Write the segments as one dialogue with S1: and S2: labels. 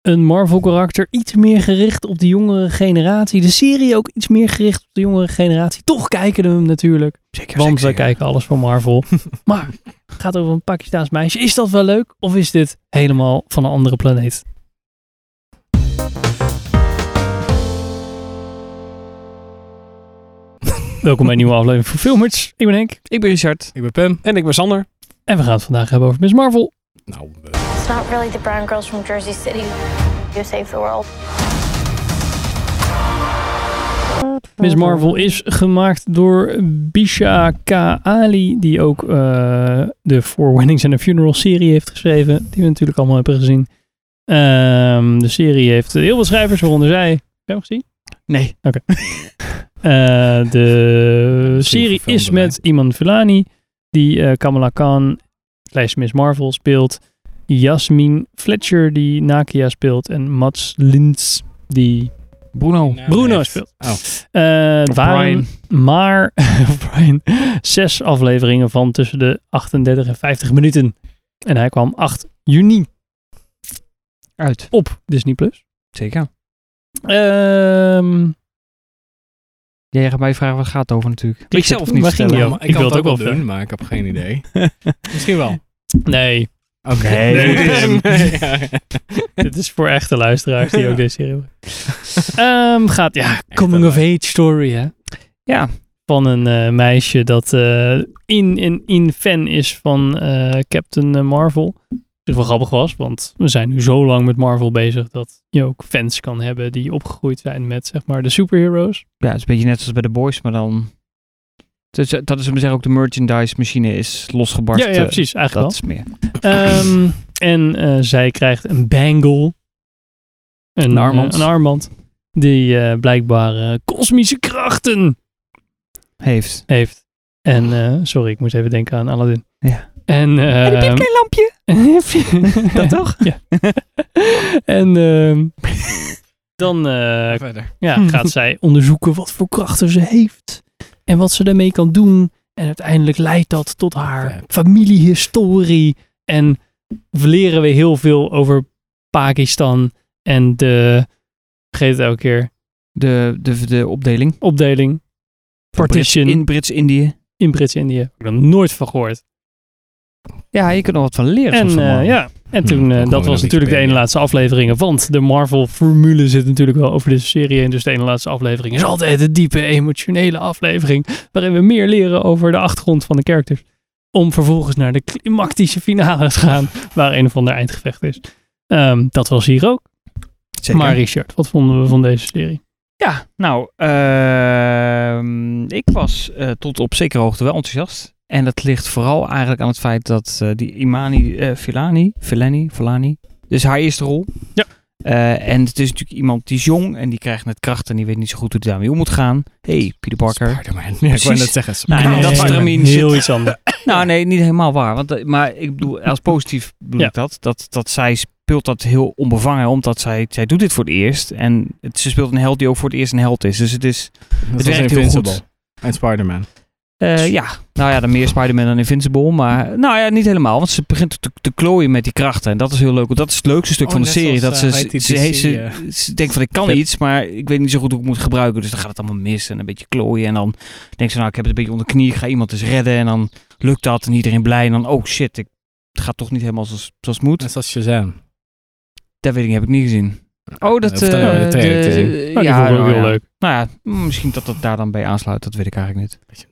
S1: een Marvel-karakter iets meer gericht op de jongere generatie. De serie ook iets meer gericht op de jongere generatie. Toch kijken we hem natuurlijk.
S2: Zeker,
S1: Want
S2: zeker,
S1: wij kijken alles van Marvel. maar het gaat over een Pakistaans meisje. Is dat wel leuk? Of is dit helemaal van een andere planeet? Welkom bij een nieuwe aflevering van Filmers. Ik ben Henk.
S3: Ik ben Richard.
S2: Ik ben Pam.
S3: En ik ben Sander.
S1: En we gaan het vandaag hebben over Miss Marvel.
S2: Nou, eh,
S4: It's not really the brown girls from Jersey City who save the world.
S1: Miss Marvel is gemaakt door Bisha K. Ali, die ook eh, de Four Weddings and a Funeral serie heeft geschreven, die we natuurlijk allemaal hebben gezien. Ehm, de serie heeft heel veel schrijvers, waaronder zij. Heb je hem gezien?
S3: Nee.
S1: Eh, de
S2: Misschien
S1: serie
S2: verfilmd
S1: is
S2: door mij.
S1: met Iman Vellani, die eh, Kamala Khan, slash Miss Marvel, speelt. Jasmine Fletcher, die Nakia speelt. En Mats Lintz, die
S3: Bruno.
S1: Bruno
S2: heeft-
S1: speelt.
S2: Oh.
S1: Eh, het
S3: Of
S1: waren maar Brian, zes afleveringen van tussen de 38 en 50 minuten. En hij kwam 8 juni
S3: Uit.
S1: op Disney+. Plus.
S3: Zeker.
S1: Ehm
S3: Jij gaat mij vragen wat het gaat over natuurlijk. Ik,
S1: het-
S3: zelf niet
S1: waar ging
S3: vertellen.
S1: die
S2: maar
S1: ook.
S2: ik,
S1: Ik
S2: kan
S1: wil
S2: het ook
S1: het
S2: wel
S1: ook wel
S2: doen, maar ik heb geen idee. Misschien wel.
S1: nee,
S2: Oké.
S3: Nee.
S2: Nee, dit is hem.
S3: Nee.
S1: dit is voor echte luisteraars die
S2: Ja.
S1: ook deze serie hebben. Ehm, gaat, ja, coming of
S2: luister-
S1: age story, hè?
S3: Ja.
S1: Van een eh, meisje dat eh, in en in fan is van eh, Captain eh, Marvel. Wat wel grappig was, want we zijn nu zo lang met Marvel bezig dat je ook fans kan hebben die opgegroeid zijn met, zeg maar, de superheroes.
S3: Ja, het is een beetje net als bij de boys, maar dan... Dus, eh, dat is om te zeggen ook de merchandise machine is losgebarsten.
S1: ja, ja, precies, eigenlijk
S3: Dat is meer.
S1: wel. Ehm, en eh, zij krijgt een bangle. Een,
S3: Een armband.
S1: eh, een armband. Die eh, blijkbaar eh, kosmische krachten
S3: Heeft.
S1: heeft. En eh, sorry, ik moest even denken aan Aladdin.
S3: Ja.
S1: En,
S3: en een
S1: ehm,
S3: lampje. dat toch?
S1: Ja. en ehm, dan eh,
S2: Verder.
S1: ja, gaat zij onderzoeken wat voor krachten ze heeft. En wat ze daarmee kan doen. En uiteindelijk leidt dat tot haar
S2: Vet.
S1: familiehistorie. En leren we heel veel over Pakistan en de, vergeet het elke keer,
S3: De, de, de opdeling. van
S1: opdeling. Partition
S3: Brits-
S1: in,
S3: in Brits-Indië.
S1: Brits-Indië. Heb ik er nooit van gehoord.
S3: Ja, je kunt er wat van leren.
S1: En
S3: soms van mm,
S1: eh,
S3: Marvel.
S1: ja, en
S2: Hmm,
S1: toen, eh,
S2: dan
S1: dat
S2: gooien
S1: was
S2: we
S1: natuurlijk de
S2: Wikipedia.
S1: ene laatste afleveringen. Want de Marvel-formule zit natuurlijk wel over deze serie. En dus de ene laatste aflevering is altijd een diepe, emotionele aflevering. Waarin we meer leren over de achtergrond van de characters. Om vervolgens naar de klimactische finale te gaan. Waar een of ander eindgevecht is. Ehm, dat was hier ook.
S3: Zeker.
S1: Maar Richard, wat vonden we van deze serie?
S3: Ja, nou, ehm, ik was eh, tot op zekere hoogte wel enthousiast. En dat ligt vooral eigenlijk aan het feit dat eh, die Imani eh Filani, Filani, Filani, dus haar eerste rol.
S1: Ja.
S3: Eh, en het is natuurlijk iemand die is jong en die krijgt net kracht en die weet niet zo goed hoe hij daarmee om moet gaan. hey, Peter Parker.
S2: Spider-Man. Ja, ik wou net zeggen.
S3: Nou,
S2: Spider-Man.
S3: dat is er een-
S1: heel iets anders.
S3: nou nee, niet helemaal waar. Want, eh, maar ik bedoel, als positief bedoel
S1: Ja.
S3: ik dat, dat. Dat zij speelt dat heel onbevangen, omdat zij, zij doet dit voor het eerst. En het, ze speelt een held die ook voor het eerst een held is. Dus het is...
S2: Dat
S3: Het
S2: was
S3: werkt heel
S2: Invincible.
S3: goed.
S2: En Spider-Man.
S3: Eh, ja, nou ja, dan meer Spider-Man dan Invincible. Maar nou ja, niet helemaal. Want ze begint te, te klooien met die krachten. En dat is heel leuk. want Dat is het leukste stuk
S2: Oh,
S3: van de
S2: net
S3: serie.
S2: zoals,
S3: dat
S2: eh,
S3: ze, ze,
S2: ITTC,
S3: ze, ze-
S2: eh.
S3: ze denkt van ik kan
S2: Vet.
S3: iets, maar ik weet niet zo goed hoe ik het moet gebruiken. Dus dan gaat het allemaal mis. En een beetje klooien. En dan denkt ze nou ik heb het een beetje onder de knie. Ik ga iemand eens redden. En dan lukt dat. En iedereen blij. En dan oh shit, ik, het gaat toch niet helemaal zoals, zoals het moet.
S2: Net zoals Shazam.
S3: Dat weet ik, heb ik niet gezien. Oh, dat...
S2: Dat vertel je
S3: eh,
S2: wel in de trailer te zien.
S3: de-
S1: Maar Oh, die vond ik ook
S3: nou
S1: heel
S3: ja.
S1: leuk.
S3: Nou ja, mm, misschien dat dat daar dan bij aansluit. Dat weet ik eigenlijk niet.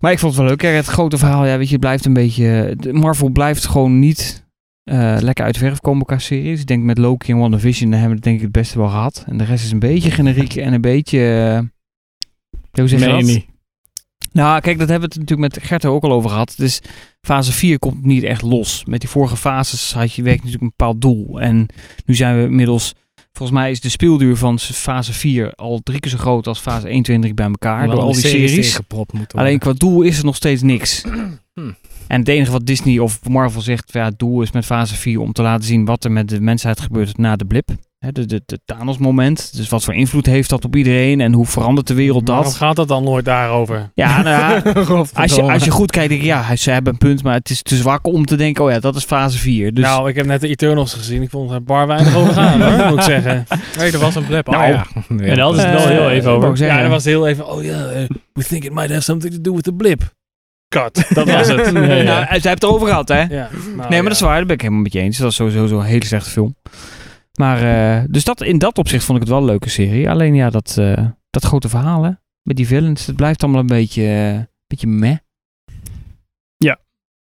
S3: Maar ik vond het wel leuk. Kijk, het grote verhaal, ja, weet je, het blijft een beetje... de- Marvel blijft gewoon niet eh, lekker uit de verf komen qua series. Ik denk met Loki en WandaVision, daar hebben we het denk ik het beste wel gehad. En de rest is een beetje generiek en een beetje... eh, hoe zeg je
S2: Meen je
S3: dat?
S2: niet.
S3: Nou, kijk, dat hebben we het natuurlijk met Gerto ook al over gehad. Dus fase 4 komt niet echt los. Met die vorige fases had je werkt natuurlijk een bepaald doel. En nu zijn we inmiddels... Volgens mij is de speelduur van fase 4 al drie keer zo groot als fase 1, 2 en 3 bij elkaar.
S2: Hoewel
S3: door al die
S2: die
S3: series.
S2: gepropt moeten
S3: Alleen qua doel is er nog steeds niks.
S2: Hmm.
S3: En het enige wat Disney of Marvel zegt, ja, het doel is met fase 4 om te laten zien wat er met de mensheid gebeurt na de blip. hè, de, de, de Thanos-moment. Dus wat voor invloed heeft dat op iedereen en hoe verandert de wereld dat?
S5: Waarom gaat dat dan nooit daarover?
S3: Ja, nou ja, als, je,
S5: Godverdomme.
S3: als je goed kijkt, denk ik, ja, ze hebben een punt, maar het is te zwak om te denken, oh ja, dat is fase 4. Dus
S5: Nou, ik heb net de Eternals gezien. Ik vond er bar weinig over gaan, hoor, moet ik zeggen. Nee, er was een blep.
S2: Nou, ja.
S1: En daar hadden ze het wel
S5: Eh,
S1: heel even
S3: wou
S1: over.
S3: Eh, ik zeggen.
S5: Ja, er was heel even. Oh ja, eh, we think it might have something to do with the blip. Cut. Dat was het.
S1: Ja, ja.
S3: Nou, zij hebt het erover gehad, hè?
S5: Ja, nou,
S3: nee, maar dat is waar, daar ben ik helemaal met je eens. Dat is sowieso zo'n hele slechte film. Maar, eh, dus dat, in dat opzicht vond ik het wel een leuke serie. Alleen ja, dat, eh, dat grote verhaal, hè, met die villains, het blijft allemaal een beetje, eh, beetje meh.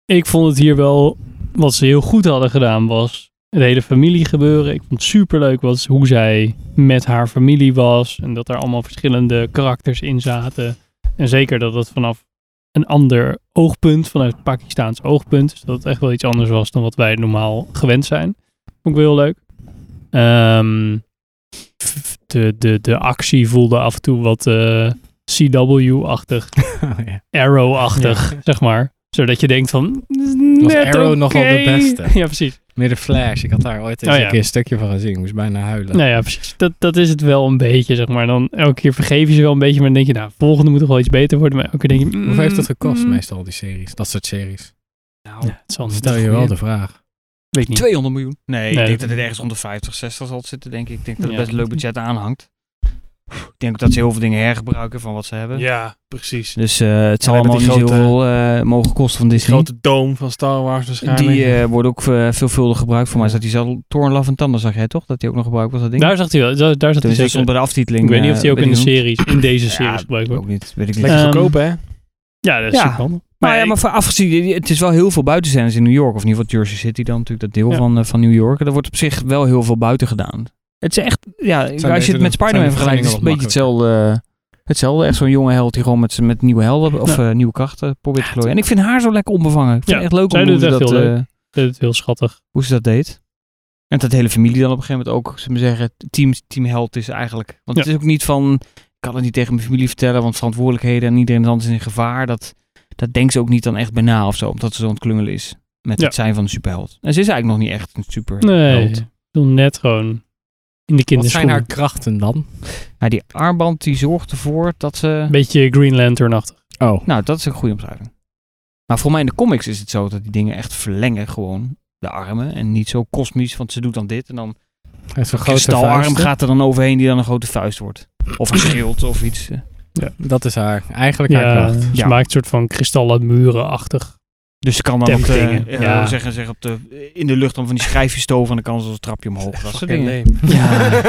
S1: ik vond het hier wel wat ze heel goed hadden gedaan was het hele familie gebeuren. Ik vond het superleuk was hoe zij met haar familie was en dat er allemaal verschillende karakters in zaten. En zeker dat het vanaf een ander oogpunt, vanuit het Pakistaans oogpunt, dus dat het echt wel iets anders was dan wat wij normaal gewend zijn. Vond ik wel heel leuk. Ehm, f- de, de, de actie voelde af en toe wat eh, CW-achtig.
S2: Oh, ja.
S1: Arrow-achtig, zeg maar. Zodat je denkt van,
S2: Was
S1: net
S2: Arrow nog wel de
S1: oké.
S2: beste?
S1: Ja, precies.
S2: Meer de Flash. Ik had daar ooit eens
S1: Oh,
S2: een
S1: ja.
S2: keer een stukje van gezien. Ik moest bijna huilen.
S1: Nou ja, precies. Dat, dat is het wel een beetje, zeg maar. Dan elke keer vergeef je ze wel een beetje, maar dan denk je, nou, volgende moet toch wel iets beter worden. Maar elke keer denk je, mm,
S2: Hoeveel heeft dat gekost,
S1: mm.
S2: meestal, al die series? Dat soort series.
S1: Ja, het zal niet.
S2: Stel je wel de vraag.
S1: Weet niet.
S3: 200 miljoen? Nee, ik
S1: Nee.
S3: denk dat het ergens onder 50, 60 zal zitten, denk ik. Ik denk dat het
S1: Ja.
S3: best een leuk budget aanhangt. Ik denk ook dat ze heel veel dingen hergebruiken van wat ze hebben.
S5: Ja, precies.
S3: Dus eh, het zal
S5: Alleen
S3: allemaal
S5: met
S3: niet
S5: die
S3: heel
S5: grote-
S3: veel eh, mogen kosten van
S5: Die
S3: Disney.
S5: grote dome van Star Wars waarschijnlijk.
S3: Die eh, worden ook eh, veelvuldig gebruikt. Voor mij is dat die zal Thorn Love en Tanden, zag jij toch? Dat die ook nog gebruikt was, dat ding?
S1: Daar zag hij wel. Daar, daar zat hij
S3: Tenminste, dat
S1: zeker.
S3: stond bij de aftiteling.
S1: Ik weet niet of
S3: eh,
S1: die ook
S3: bij
S1: in de
S3: die noem.
S1: series, in deze
S3: Ja,
S1: series gebruikt wordt.
S3: Ook niet, weet ik niet.
S5: Lekker
S1: Ehm,
S5: goedkoop, hè?
S1: Ja, dat is
S3: Ja.
S1: superhandig.
S2: Nou
S3: maar ja,
S1: ik-
S3: maar voor afgezien, het is wel heel veel buitenzenders in New York. Of in ieder geval Jersey City dan natuurlijk, dat deel
S1: Ja.
S3: van, eh, van New York. En Er wordt op zich wel heel veel buiten gedaan. Het is echt, ja, als je
S2: betere-
S3: het met
S2: zijn
S3: Spider-Man
S2: de
S3: vergelijkt, is het een beetje
S2: vergunningen
S3: hetzelfde. eh, hetzelfde. Echt zo'n jonge held die gewoon met, z'n- met nieuwe helden of eh, nieuwe krachten probeert te klooien. En ik vind haar zo lekker onbevangen. Ik vind
S1: Ja,
S3: het echt leuk
S1: zij
S3: om hoe,
S1: doet
S3: ze
S1: het echt
S3: dat,
S1: heel
S3: eh,
S1: Ik vind het heel schattig.
S3: hoe ze dat deed. En dat de hele familie dan op een gegeven moment ook, zullen we zeggen, team, teamheld is eigenlijk. Want
S1: Ja.
S3: het is ook niet van, ik kan het niet tegen mijn familie vertellen, want verantwoordelijkheden en iedereen anders is in gevaar. Dat, dat denkt ze ook niet dan echt bij na of zo, omdat ze zo aan het klungelen is met
S1: Ja.
S3: het zijn van een superheld. En ze is eigenlijk nog niet echt een superheld.
S1: Nee, ik bedoel, net gewoon in de
S2: Wat zijn
S1: kinderschoenen.
S2: haar krachten dan?
S3: Maar die armband die zorgt ervoor dat ze...
S1: Beetje Green Lantern-achtig.
S2: Oh.
S3: Nou, dat is een goede omschrijving. Maar voor mij in de comics is het zo dat die dingen echt verlengen gewoon de armen. En niet zo kosmisch, want ze doet dan dit en dan
S2: Hij
S1: Nou,
S2: is een grote
S3: kristalarm
S2: vuisten.
S3: gaat er dan overheen die dan een grote vuist wordt. Of een schild of iets. eh.
S2: Dat is haar. Eigenlijk haar
S1: Ja,
S2: kracht.
S1: ze
S3: Ja.
S1: maakt een soort van kristallen muren-achtig.
S3: Dus ze kan dan op de,
S1: Temptingen,
S3: eh,
S1: ja.
S3: zeggen, zeggen op de, eh, in de lucht dan van die schijfjes stoven en dan kan ze als een trapje omhoog. Dat soort
S5: Fucking
S3: dingen.
S5: lame.
S3: Ja.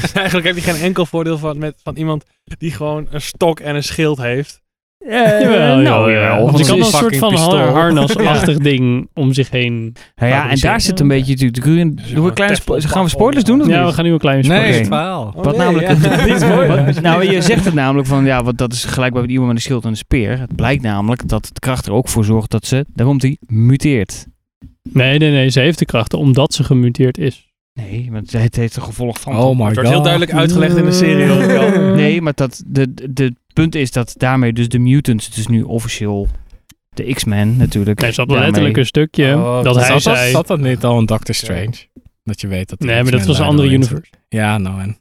S5: Dus Eigenlijk heb je geen enkel voordeel van, met, van iemand die gewoon een stok en een schild heeft.
S1: Jawel,
S3: nou, jawel, want
S1: Ze
S3: het
S1: kan
S3: is
S1: een soort
S3: fucking
S1: van
S3: pistool.
S1: harnasachtig ding om zich heen.
S3: Nou ja, en daar zit een beetje natuurlijk de groen. Doen we
S5: gewoon
S3: kleine spo-
S5: Teflon
S3: gaan we
S5: plafond,
S3: spoilers doen of
S1: Ja, we
S3: niet?
S1: gaan nu een klein
S2: Nee,
S1: spoiler.
S2: het
S3: Oké.
S2: verhaal.
S5: Oh,
S3: Wat
S5: nee,
S3: namelijk-
S5: ja.
S3: Dit is
S1: mooi, hoor.
S5: Wat?
S3: Nou, je zegt het namelijk van ja, want dat is gelijkbaar met iemand met een schild en een speer. Het blijkt namelijk dat de kracht er ook voor zorgt dat ze, daar komt die, muteert.
S1: Nee, nee, nee. Ze heeft de krachten omdat ze gemuteerd is.
S3: Nee, want het heeft een gevolg van.
S2: Oh my god.
S5: Het wordt heel duidelijk uitgelegd in de serie. hoor ik al.
S3: Nee, maar dat, de, de, de punt is dat daarmee dus de mutants, dus nu officieel de X-Men natuurlijk.
S1: Nee, ze had wel
S3: daarmee-
S1: letterlijk een stukje
S5: Oh,
S1: dat
S5: dat
S1: hij
S2: Zat dat,
S1: zei...
S2: zat dat niet al in Doctor Strange? Dat je weet dat... die
S1: nee, maar dat
S2: X-Men
S1: was een
S2: daar
S1: andere
S2: doorheen
S1: universe.
S2: zit. Ja, nou en...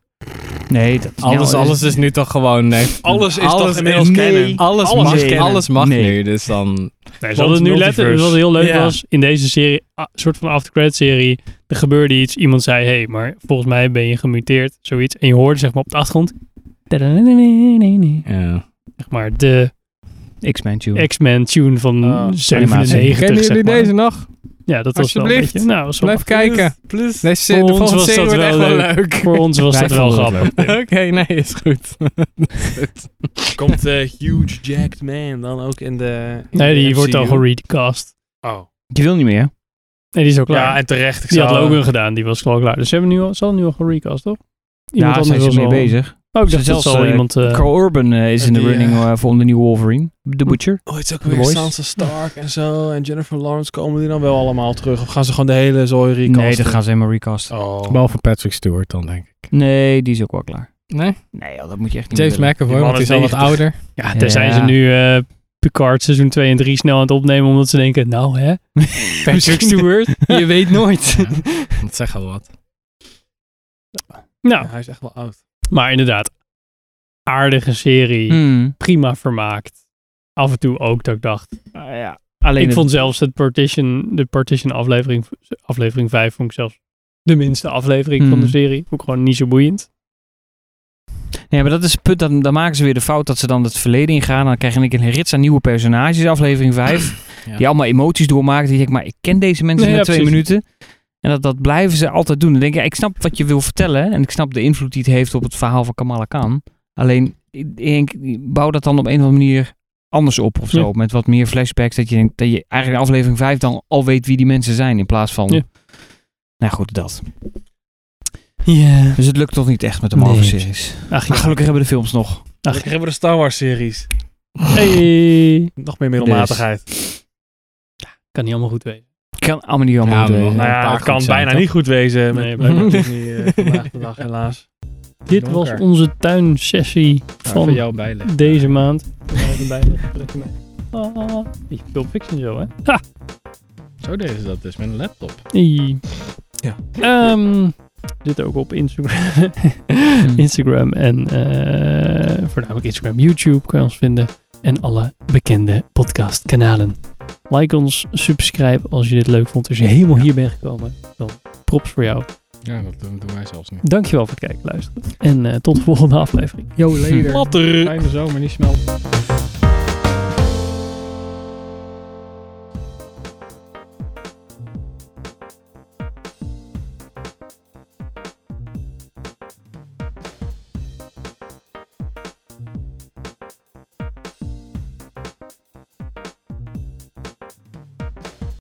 S3: Nee, dat
S2: Alles,
S3: nou,
S2: alles is nu toch gewoon... Nee,
S5: Alles is toch inmiddels
S2: nee,
S5: canon?
S2: Alles,
S3: Alles
S2: mag,
S3: is canon.
S2: alles mag
S3: Nee.
S2: nu, dus dan...
S1: Nee, ze hadden nu
S5: multiverse.
S1: letterlijk... Wat heel leuk
S5: Ja.
S1: was, in deze serie, ah, een soort van after serie, er gebeurde iets. Iemand zei, hé, hey, maar volgens mij ben je gemuteerd, zoiets. En je hoorde zeg maar op de achtergrond...
S2: Ja.
S1: Zeg maar de
S3: X-Men tune.
S1: X-Men tune van
S5: Oh.
S1: 97,
S2: Kennen
S1: zeg
S2: jullie
S1: maar.
S2: deze nog?
S1: Ja, dat was wel een
S2: Alsjeblieft.
S1: beetje... Nou, was wel-
S2: Blijf kijken.
S5: Plus.
S2: Deze serie-
S1: Voor
S2: de
S1: ons
S2: volgende
S1: was
S2: serie
S1: dat
S2: wordt echt
S1: wel
S2: wel leuk.
S1: voor ons was
S2: Wij
S1: dat wel
S2: vonden het
S1: grappig.
S2: leuk. Oké, nee, is goed.
S5: Komt eh, Huge Jacked Man dan ook in de. in
S1: Nee,
S5: de
S1: die wordt al
S5: MCU?
S1: geredcast.
S5: Oh.
S3: Die wil niet meer.
S1: Nee, die is al klaar.
S5: Ja, en terecht. Ik
S1: die had
S5: zou-
S1: Logan gedaan, die was al klaar. Dus ze hebben nu al, ze hadden nu al gerecast, toch?
S3: Ja, daar zijn ze
S1: was
S3: mee
S1: al-
S3: bezig.
S1: Oh, ik
S3: Ze
S1: dacht zelfs
S3: zelfs,
S1: al
S3: eh,
S1: iemand... eh,
S3: Carl Urban eh, is in de
S5: die, eh,
S3: running eh, voor om de nieuwe Wolverine. The Butcher.
S5: Oh, het is ook
S3: The
S5: weer
S3: Boys.
S5: Sansa Stark en zo. En Jennifer Lawrence komen die dan wel allemaal terug? Of gaan ze gewoon de hele zooi recasten?
S3: Nee, dat gaan ze helemaal recasten.
S5: Oh.
S2: Behalve Patrick Stewart dan, denk ik.
S3: Nee, die is ook wel klaar.
S2: Nee?
S3: Nee, joh, dat moet je echt niet
S2: James
S3: meer
S2: McAvoy,
S5: man
S2: want die
S5: is
S2: is al wat
S5: 90.
S2: ouder.
S1: ja, daar zijn ze nu eh, Picard seizoen 2 en 3 snel aan het opnemen, omdat ze denken, nou hè, Patrick Stewart, je weet nooit.
S2: Ja, dat zegt al wat.
S1: Nou,
S5: Ja, hij is echt wel oud.
S1: maar inderdaad. Aardige serie.
S3: Hmm.
S1: Prima vermaakt. Af en toe ook dat ik dacht.
S3: ja. Alleen
S1: ik
S3: het-
S1: vond zelfs het Partition, de Partition aflevering, aflevering 5 vond ik zelfs de minste aflevering van de
S3: Hmm.
S1: serie. Vond ik gewoon niet zo boeiend.
S3: Nee, maar dat is het punt. Dan, dan maken ze weer de fout dat ze dan het verleden ingaan. Dan krijg je een keer een rits aan nieuwe personages, aflevering 5.
S2: Ja.
S3: Die allemaal emoties doormaken. Die denk ik, maar ik ken deze mensen
S1: Nee,
S3: na
S1: ja,
S3: twee
S1: precies.
S3: minuten. En dat, dat blijven ze altijd doen. Dan denk ik, ja, ik snap wat je wil vertellen. En ik snap de invloed die het heeft op het verhaal van Kamala Khan. Alleen, ik denk, bouw dat dan op een of andere manier anders op of zo.
S1: Ja.
S3: Met wat meer flashbacks. Dat je, denkt, dat je eigenlijk in aflevering 5 dan al weet wie die mensen zijn. In plaats van...
S1: Ja.
S3: Nou goed, dat.
S1: Ja.
S3: Dus het lukt toch niet echt met de
S1: Nee.
S3: Marvel-series.
S1: Ach, ja.
S3: Maar gelukkig hebben de films nog.
S5: Dan hebben we de Star Wars series.
S1: Hey.
S5: Nog meer middelmatigheid.
S1: Kan niet allemaal goed weten.
S3: Kan allemaal niet allemaal
S2: Ja,
S3: doen.
S2: wel.
S5: Nou
S2: Een
S5: ja,
S2: paar
S5: het kan
S2: goed zijn,
S5: bijna
S2: toch?
S5: niet goed wezen met
S1: Nee,
S5: met
S1: blijkbaar.
S5: Disney eh, vandaag de dag helaas.
S1: Dit was onze tuinsessie
S2: Voor
S1: van
S2: jou bijleggen.
S1: deze maand. Ah, die Pulp Fiction zo, hè? Ha!
S2: Zo deden ze dat dus met een laptop.
S1: Ie.
S5: Ja.
S1: Ehm, zit ook op Instagram, Instagram en eh, voornamelijk Instagram, YouTube kan je ons vinden. En alle bekende podcastkanalen. Like ons, subscribe als je dit leuk vond. Als je helemaal hier bent gekomen, dan props voor jou.
S2: Ja, dat doen, doen wij zelfs niet.
S1: Dankjewel voor het kijken, luisteren. En eh, tot de volgende aflevering.
S2: Yo,
S3: later.
S2: Fijne zomer, niet smelten.